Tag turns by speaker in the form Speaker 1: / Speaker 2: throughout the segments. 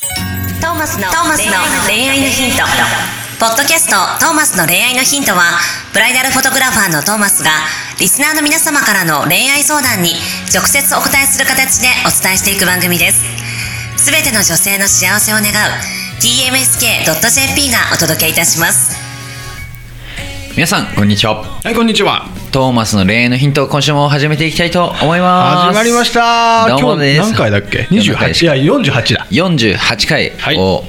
Speaker 1: トーマスのトーマスの恋愛のヒントポッドキャスト「トーマスの恋愛のヒントは」ブライダルフォトグラファーのトーマスがリスナーの皆様からの恋愛相談に直接お答えする形でお伝えしていく番組ですすべての女性の幸せを願う tmsk.jp がお届けいたします
Speaker 2: 皆さんこんにちは
Speaker 3: はい、こんにちは。
Speaker 2: トーマスの恋愛のヒント今週も始めていきたいと思います
Speaker 3: 始まりました。
Speaker 2: どうも
Speaker 3: 今日
Speaker 2: です
Speaker 3: 何回だっけ
Speaker 2: 何回で
Speaker 3: ?28。
Speaker 2: す
Speaker 3: いや、48だ。
Speaker 2: 48回
Speaker 3: はい
Speaker 2: を、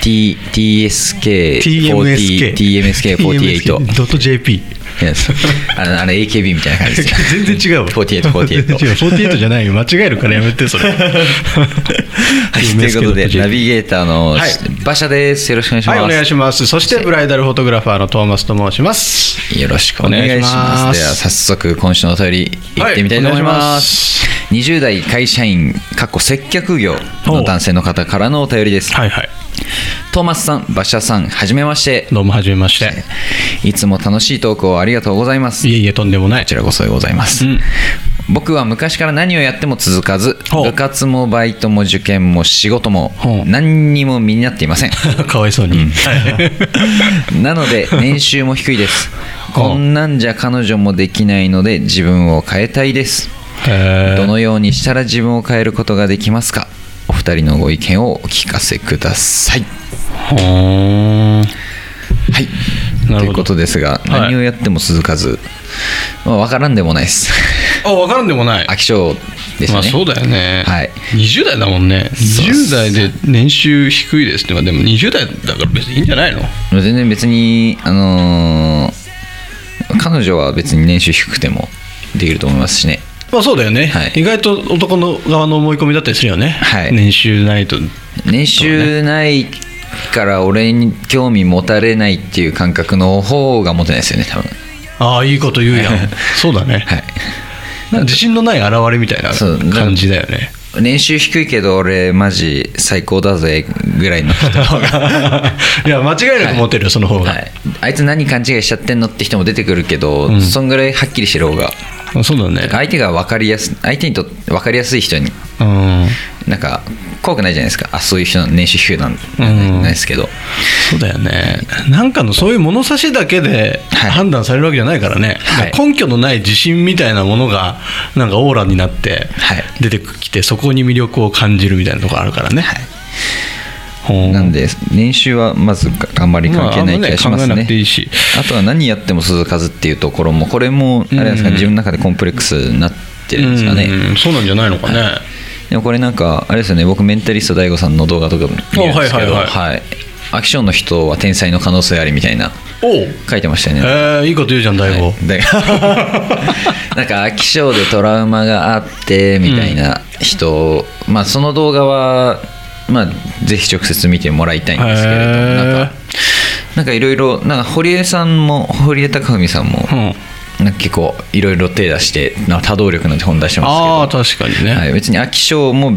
Speaker 2: T TSK 40 TMSK48
Speaker 3: TMSK.jp。
Speaker 2: Yes あのあれ AKB みたいな感じですね
Speaker 3: 全然違うわ。
Speaker 2: 48 48
Speaker 3: 違う、48じゃないよ。間違えるからやめて、それ。
Speaker 2: はい、ということで
Speaker 3: TMSK.jp
Speaker 2: ナビゲーターの
Speaker 3: はい
Speaker 2: 馬車ですよろしくお願いしま
Speaker 3: は
Speaker 2: す、
Speaker 3: い、お願いします。そして、ブライダルフォトグラファーのトーマスと申します。
Speaker 2: よろしくお願いします
Speaker 3: お願いします
Speaker 2: では早速今週のお便り行ってみたいと思います,、
Speaker 3: は
Speaker 2: 20代会社員かっこ接客業の男性の方からのお便りです、
Speaker 3: はいはい。
Speaker 2: トーマスさん馬車さんはじめまして
Speaker 3: どうも、はじめまして。
Speaker 2: いつも楽しいトークをありがとうございます
Speaker 3: い
Speaker 2: こ
Speaker 3: えいえ、とんでもない。
Speaker 2: ちらこそでございます、
Speaker 3: うん
Speaker 2: 僕は昔から何をやっても続かず
Speaker 3: ほう
Speaker 2: 部活もバイトも受験も仕事も
Speaker 3: ほう
Speaker 2: 何にも身になっていま せん
Speaker 3: かわいそうに。はい
Speaker 2: なので年収も低いですこんなんじゃ彼女もできないので自分を変えたいです
Speaker 3: え
Speaker 2: ど
Speaker 3: ー
Speaker 2: のようにしたら自分を変えることができますかお二人のご意見をお聞かせください
Speaker 3: ほーん
Speaker 2: はい
Speaker 3: な
Speaker 2: とい
Speaker 3: るほど
Speaker 2: うことですが、
Speaker 3: い
Speaker 2: 何をやっても続かず、まあ、分からんでもないです
Speaker 3: あ、わからんでもない。
Speaker 2: 飽き性です
Speaker 3: ま
Speaker 2: よ
Speaker 3: あ
Speaker 2: ね、
Speaker 3: そうだよね、
Speaker 2: はい
Speaker 3: 20代だもんね
Speaker 2: うっす
Speaker 3: 20代で年収低いですってまあでも20代だから別にいいんじゃないの
Speaker 2: 全然別にあのー彼女は別に年収低くてもできると思いますしね
Speaker 3: まあそうだよね、
Speaker 2: はい
Speaker 3: 意外と男の側の思い込みだったりするよね、
Speaker 2: はい
Speaker 3: 年収ないと
Speaker 2: 年収ないから俺に興味持たれないっていう感覚の方が持てないですよね多分
Speaker 3: ああいいこと言うやんそうだね、
Speaker 2: はい
Speaker 3: なんか自信のない表れみたいな
Speaker 2: そう
Speaker 3: 感じだよね
Speaker 2: 年収低いけど俺マジ最高だぜぐらいの 人
Speaker 3: いや間違いなくモテるよ、その方が、
Speaker 2: はい、あいつ何勘違いしちゃってんのって人も出てくるけど、
Speaker 3: ん
Speaker 2: そんぐらいはっきりしてる方が
Speaker 3: あそうだね
Speaker 2: 相手が分かりやす相手にとって分かりやすい人に
Speaker 3: うん
Speaker 2: なんか怖くないじゃないですかあそういう人の年収低いなん
Speaker 3: うん
Speaker 2: ないですけど、
Speaker 3: そうだよねなんかのそういう物差しだけで
Speaker 2: はい
Speaker 3: 判断されるわけじゃないからね、
Speaker 2: はい
Speaker 3: 根拠のない自信みたいなものがなんかオーラになって
Speaker 2: はい
Speaker 3: 出てきてそこに魅力を感じるみたいなところあるからね、ほう
Speaker 2: なんで年収はまずあんまり関係ない気がします
Speaker 3: まああんまね考え
Speaker 2: ね,、
Speaker 3: なくていいし
Speaker 2: あとは何やっても続かずっていうところもこれもあれなんですか、
Speaker 3: うん
Speaker 2: 自分の中でコンプレックスになってるんですかね、
Speaker 3: うんそうなんじゃないのかね、
Speaker 2: でもこれなんかあれですよね僕メンタリスト DAIGO さんの動画とかも見るんですけど、
Speaker 3: おはいはいはい
Speaker 2: はいアクションの人は天才の可能性ありみたいな
Speaker 3: おう
Speaker 2: 書いてましたよね、
Speaker 3: えーいいこと言うじゃん大悟、
Speaker 2: はい、だ なんか飽き性でトラウマがあってみたいな人、まあその動画はまあぜひ直接見てもらいたいんですけれども
Speaker 3: へー
Speaker 2: なんかなんかいろいろなんか堀江さんも堀江貴文さんも、
Speaker 3: うん
Speaker 2: なんか結構いろいろ手出してなんか多動力なんて本出してますけど
Speaker 3: ああ確かにね、
Speaker 2: はい、別に飽き性も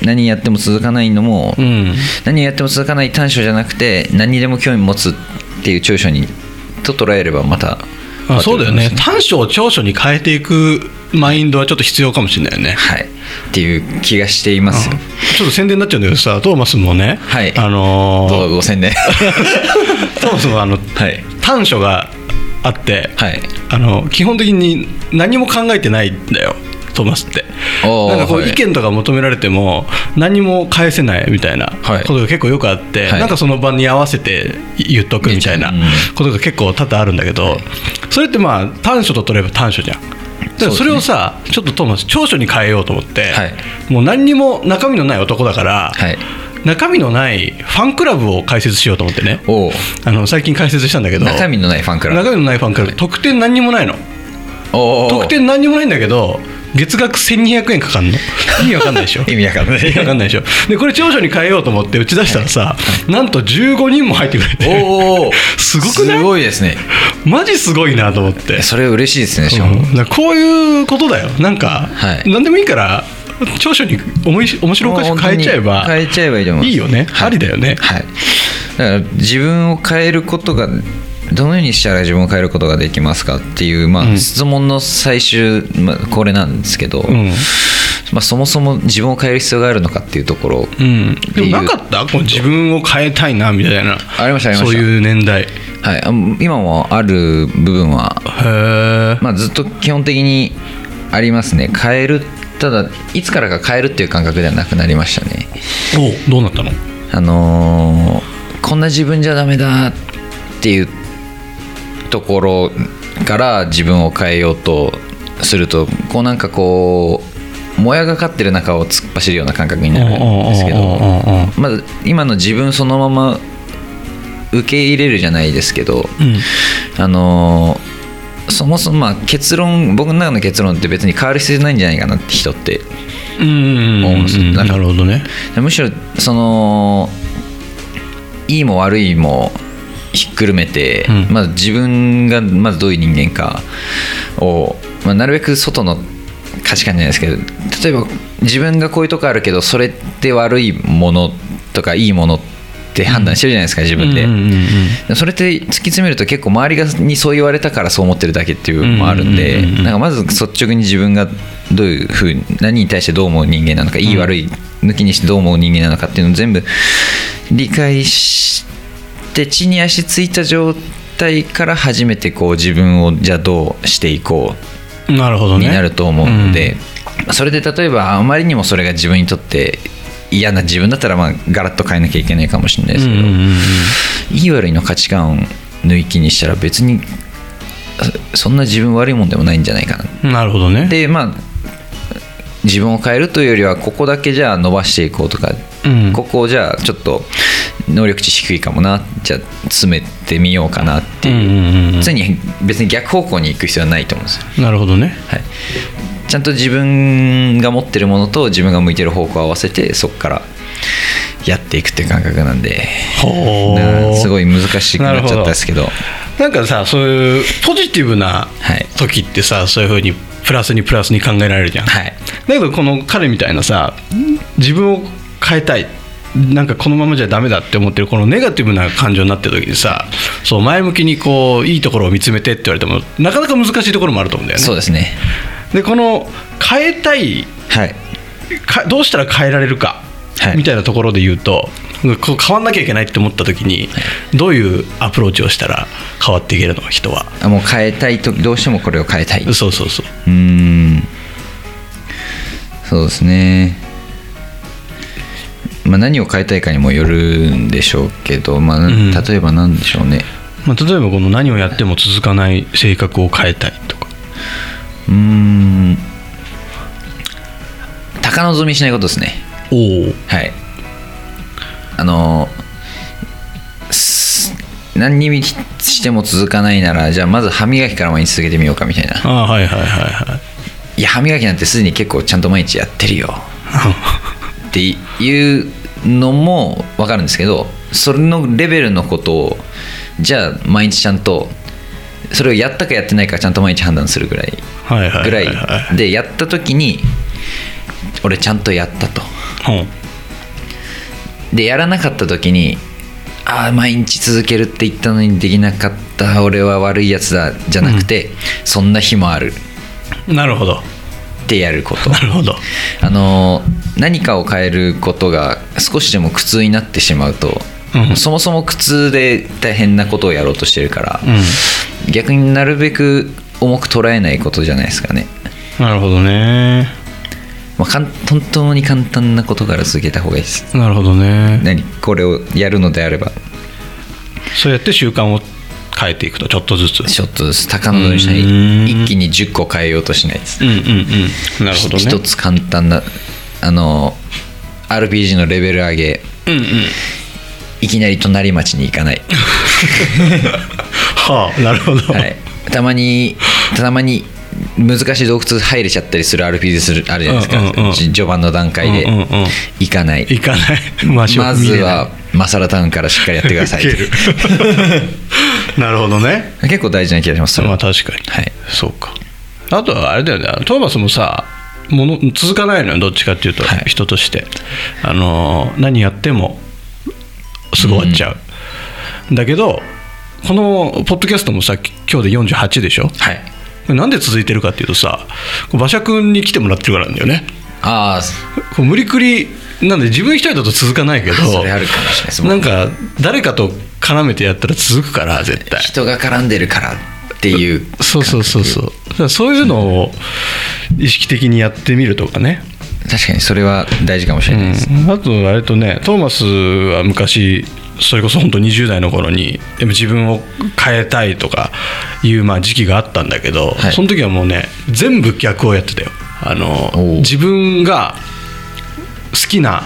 Speaker 2: 何やっても続かないのも、
Speaker 3: うん
Speaker 2: 何やっても続かない短所じゃなくて何にでも興味持つっていう長所にと捉えればまた
Speaker 3: あそうだよね短所を長所に変えていくマインドはちょっと必要かもしれないよね
Speaker 2: はいっていう気がしていますよ
Speaker 3: ちょっと宣伝になっちゃうんだけどさ、トーマスもね、
Speaker 2: はい
Speaker 3: あの
Speaker 2: どう
Speaker 3: ー
Speaker 2: ぞご 宣伝
Speaker 3: トーマスもあの
Speaker 2: はい
Speaker 3: 短所があって、
Speaker 2: はい
Speaker 3: あの基本的に何も考えてないんだよ。トーマスって
Speaker 2: おー
Speaker 3: なんかこう
Speaker 2: はい
Speaker 3: 意見とか求められても何も返せないみたいな
Speaker 2: はい
Speaker 3: ことが結構よくあって、
Speaker 2: はい
Speaker 3: なんかその場に合わせて言っとくみたいな
Speaker 2: うん
Speaker 3: ことが結構多々あるんだけど、それってまあ短所と取れば短所じゃんだからそれをさ、ちょっとトーマス長所に変えようと思って、
Speaker 2: はい
Speaker 3: もう何にも中身のない男だから、
Speaker 2: はい
Speaker 3: 中身のないファンクラブを開設しようと思ってね
Speaker 2: おう
Speaker 3: あの最近開設したんだけど
Speaker 2: 中身のないファンクラブ
Speaker 3: 中身のないファンクラブ特典何にもないの
Speaker 2: おう
Speaker 3: 特典何にもないんだけど月額1200円かか んの意味わかんないでしょ
Speaker 2: 意味わかんない
Speaker 3: 意 味わかんないでしょでこれ長所に変えようと思って打ち出したらさ、なんと15人も入ってくれて
Speaker 2: おう
Speaker 3: すごくない
Speaker 2: すごいですね
Speaker 3: マジすごいなと思って
Speaker 2: それ嬉しいですねしか
Speaker 3: う
Speaker 2: も、
Speaker 3: んだからこういうことだよなんか、
Speaker 2: はい
Speaker 3: 何でもいいから長所に思い面白おかしく変えちゃえ
Speaker 2: もう
Speaker 3: ば
Speaker 2: 本当に変えちゃえばいいと思います
Speaker 3: いいよね、
Speaker 2: はい
Speaker 3: ありだよね、
Speaker 2: はい、だから自分を変えることがどのようにしたら自分を変えることができますかっていう、まあ
Speaker 3: うん
Speaker 2: 質問の最終、まあ、これなんですけど、
Speaker 3: ん
Speaker 2: まあ、そもそも自分を変える必要があるのかっていうところ
Speaker 3: うん、でもなかったこう自分を変えたいなみたいな
Speaker 2: ありましたありました
Speaker 3: そういう年代へ
Speaker 2: はい、あ今もある部分は、
Speaker 3: え
Speaker 2: まあ、ずっと基本的にありますね変えるただいつからか変えるっていう感覚ではなくなりましたね
Speaker 3: おどうなったの
Speaker 2: あのーこんな自分じゃダメだっていうところから自分を変えようとするとこうなんかこうもやがかってる中を突っ走るような感覚になるんですけど
Speaker 3: うんうんうんうんうん
Speaker 2: まあ今の自分そのまま受け入れるじゃないですけど、
Speaker 3: うん
Speaker 2: あのーそもそもまあ結論僕の中の結論って別に変わる必要ないんじゃないかなって人って
Speaker 3: うんうんうんうんなるほどね
Speaker 2: むしろそのいいも悪いもひっくるめて、
Speaker 3: うん
Speaker 2: まず自分がまずどういう人間かを、まあ、なるべく外の価値観じゃないですけど例えば自分がこういうとこあるけどそれって悪いものとかいいものって判断してるじゃないですか、自分で。
Speaker 3: うんうんうん
Speaker 2: それって突き詰めると結構周りがにそう言われたからそう思ってるだけっていうのもあるんで
Speaker 3: うんうんうんうん
Speaker 2: なんかまず率直に自分がどういうふうに何に対してどう思う人間なのか、いい悪い抜きにしてどう思う人間なのかっていうのを全部理解して地に足ついた状態から初めてこう自分をじゃあどうしていこう
Speaker 3: なるほどね
Speaker 2: になると思うので、それで例えばあまりにもそれが自分にとって嫌な自分だったらまあガラッと変えなきゃいけないかもしれないですけど、
Speaker 3: うんうんうん
Speaker 2: いい悪いの価値観を抜きにしたら別にそそんな自分悪いもんでもないんじゃないかな
Speaker 3: うんなるほどね
Speaker 2: でまあ自分を変えるというよりはここだけじゃあ伸ばしていこうとか、
Speaker 3: うん
Speaker 2: ここじゃあちょっと能力値低いかもなじゃあ詰めてみようかなっていう,、
Speaker 3: うんうんうんうん
Speaker 2: 常に別に逆方向に行く必要はないと思うんですよ
Speaker 3: なるほどね
Speaker 2: はい、ちゃんと自分が持ってるものと自分が向いてる方向を合わせてそこからやっていくっていう感覚なんで
Speaker 3: ほ
Speaker 2: な
Speaker 3: うん
Speaker 2: かすごい難しくなっちゃったんですけど
Speaker 3: なんかさそういうポジティブな
Speaker 2: はい
Speaker 3: 時ってさ、そういうふうにプラスにプラスに考えられるじゃん、
Speaker 2: はい
Speaker 3: だけどこの彼みたいなさ自分を変えたいなんかこのままじゃダメだって思ってるこのネガティブな感情になってる時にさそう前向きにこういいところを見つめてって言われてもなかなか難しいところもあると思うんだよね
Speaker 2: そうですね
Speaker 3: でこの変えたい
Speaker 2: はい
Speaker 3: かどうしたら変えられるか、
Speaker 2: はい
Speaker 3: みたいなところで言うとこう変わんなきゃいけないって思った時にどういうアプローチをしたら変わっていけるの人は
Speaker 2: あもう変えたいとどうしてもこれを変えたい
Speaker 3: そうそうそう
Speaker 2: うーんそうですね、まあ、何を変えたいかにもよるんでしょうけど、まあ
Speaker 3: ん
Speaker 2: 例えば何でしょうね、
Speaker 3: まあ、例えばこの何をやっても続かない性格を変えたいとか
Speaker 2: うーん高望みしないことですね
Speaker 3: おお
Speaker 2: はいあのす何にしても続かないならじゃあまず歯磨きから毎日続けてみようかみたいな
Speaker 3: ああはいはいはいはい
Speaker 2: いや歯磨きなんてすでに結構ちゃんと毎日やってるよっていうのも分かるんですけどそれのレベルのことをじゃあ毎日ちゃんとそれをやったかやってないかちゃんと毎日判断するぐらい
Speaker 3: はいはい
Speaker 2: ぐら
Speaker 3: はいはい
Speaker 2: でやった時に俺ちゃんとやったと
Speaker 3: いうん
Speaker 2: でやらなかった時にああ毎日続けるって言ったのにできなかった俺は悪いやつだじゃなくて、そんな日もある
Speaker 3: なるほど
Speaker 2: ってやること
Speaker 3: なるほど
Speaker 2: あのー何かを変えることが少しでも苦痛になってしまうと、
Speaker 3: うん
Speaker 2: そもそも苦痛で大変なことをやろうとしてるから、
Speaker 3: う
Speaker 2: 逆になるべく重く捉えないことじゃないですかね、
Speaker 3: んなるほどね
Speaker 2: まあ、かん本当に簡単なことから続けた方がいいです
Speaker 3: なるほどね
Speaker 2: 何これをやるのであれば
Speaker 3: そうやって習慣を変えていくとちょっとずつ
Speaker 2: ちょっとずつ高望みしな
Speaker 3: うーん
Speaker 2: い一気に10個変えようとしないです
Speaker 3: うんうんうんなるほどね
Speaker 2: 一つ簡単なあの RPG のレベル上げ
Speaker 3: うんうん
Speaker 2: いきなり隣町に行かない、
Speaker 3: はあなるほど、
Speaker 2: はい、たまにたまに難しい洞窟入れちゃったりする RPG するあるじゃないですか、
Speaker 3: うんうんうん
Speaker 2: じ序盤の段階で
Speaker 3: うんうんうん
Speaker 2: 行かない、
Speaker 3: 行かないま
Speaker 2: まずはマサラタウンからしっかりやってください
Speaker 3: なるほ どね
Speaker 2: 結構大事な気がしますそれ
Speaker 3: まあ
Speaker 2: は
Speaker 3: 確かに、
Speaker 2: はい
Speaker 3: そうかあとはあれだよねトーマスもさもの続かないのよどっちかっていうと、
Speaker 2: はい
Speaker 3: 人としてあのー何やってもすぐ終わっちゃう、だけどこのポッドキャストもさ今日で48でしょ
Speaker 2: はい
Speaker 3: なんで続いてるかっていうとさ馬車君に来てもらってるからなんだよね
Speaker 2: ああ
Speaker 3: こう無理くりなんで自分一人だと続かないけど
Speaker 2: それあるかもしれないです
Speaker 3: なんか誰かと絡めてやったら続くから絶対
Speaker 2: 人が絡んでるからっていう
Speaker 3: そうそうそうそうだからそういうのを意識的にやってみるとかね、
Speaker 2: 確かにそれは大事かもしれないです、
Speaker 3: うんあとあれとねトーマスは昔それこそ本当20代の頃にでも自分を変えたいとかいうまあ時期があったんだけど、
Speaker 2: はい
Speaker 3: その時はもうね全部逆をやってたよあの
Speaker 2: おう
Speaker 3: 自分が好きな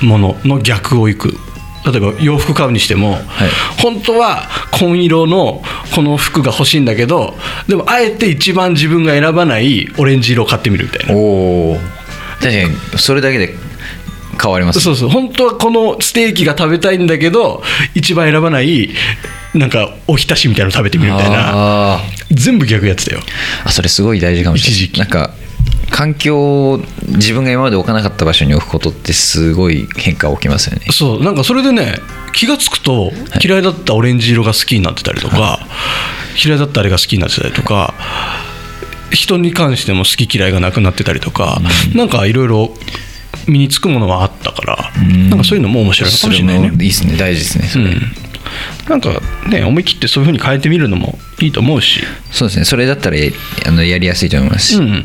Speaker 3: ものの逆をいく例えば洋服買うにしても、本当は紺色のこの服が欲しいんだけどでもあえて一番自分が選ばないオレンジ色を買ってみるみたいな
Speaker 2: おお確かにそれだけで変わります
Speaker 3: そうそう本当はこのステーキが食べたいんだけど一番選ばないなんかおひたしみたいなの食べてみるみたいな
Speaker 2: あ
Speaker 3: 全部逆やってたよ
Speaker 2: ーあそれすごい大事かもしれない
Speaker 3: 一時期
Speaker 2: なんか環境を自分が今まで置かなかった場所に置くことってすごい変化起きますよね
Speaker 3: そうなんかそれでね気が付くと嫌いだったオレンジ色が好きになってたりとか、嫌いだったあれが好きになってたりとか人に関しても好き嫌いがなくなってたりとか、なんかいろいろ身につくものはあったから、
Speaker 2: ん
Speaker 3: なんかそういうのも面白いのかもしれない
Speaker 2: そ
Speaker 3: ね
Speaker 2: れもいいですね大事ですねそれ
Speaker 3: うん、なんかね思い切ってそういう風に変えてみるのもいいと思うし
Speaker 2: そうですねそれだったらあのやりやすいと思いますし、
Speaker 3: うん、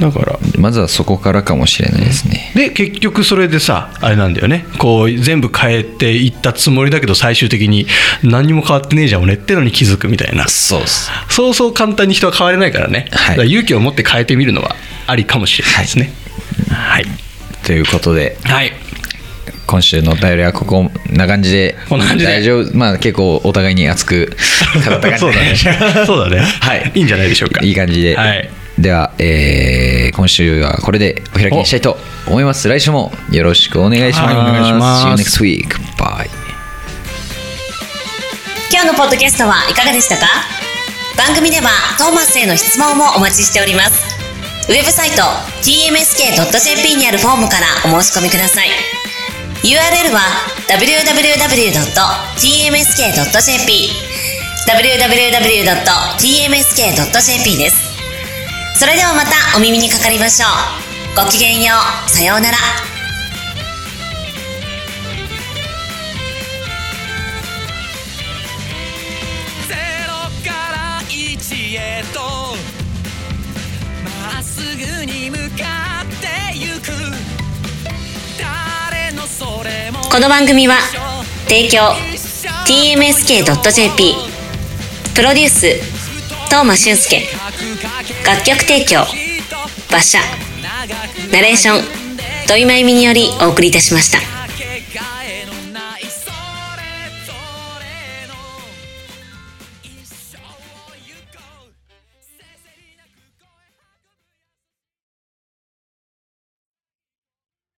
Speaker 3: だから
Speaker 2: まずはそこからかもしれないですね、
Speaker 3: で結局それでさあれなんだよねこう全部変えていったつもりだけど最終的に何にも変わってねえじゃん俺ってのに気づくみたいな
Speaker 2: そうです
Speaker 3: そうそう簡単に人は変われないからね、
Speaker 2: はい
Speaker 3: だから勇気を持って変えてみるのはありかもしれないですねはい
Speaker 2: ということで
Speaker 3: はい、
Speaker 2: 今週のお便りはここな感じで
Speaker 3: こんな感じで
Speaker 2: 大丈夫まあ結構お互いに熱く語 った感じ
Speaker 3: そうだねそうだね
Speaker 2: はい
Speaker 3: いいんじゃないでしょうか
Speaker 2: いい感じで、
Speaker 3: はい
Speaker 2: では、えー今週はこれでお開きにしたいと思います来週もよろしくお願いします,、
Speaker 3: はいお願いします
Speaker 2: See you next week bye
Speaker 1: 今日のポッドキャストはいかがでしたか番組ではトーマスへの質問もお待ちしておりますウェブサイト tmsk.jp にあるフォームからお申し込みください URL は www.tmsk.jp www.tmsk.jp ですそれではまたお耳にかかりましょうごきげんようさようなら
Speaker 4: ゼロから一へとまっすぐに向かってゆく誰のそれも
Speaker 1: この番組は提供 TMSK.jp プロデュース東間俊介楽曲提供馬車ナレーション土井真由美によりお送りいたしました。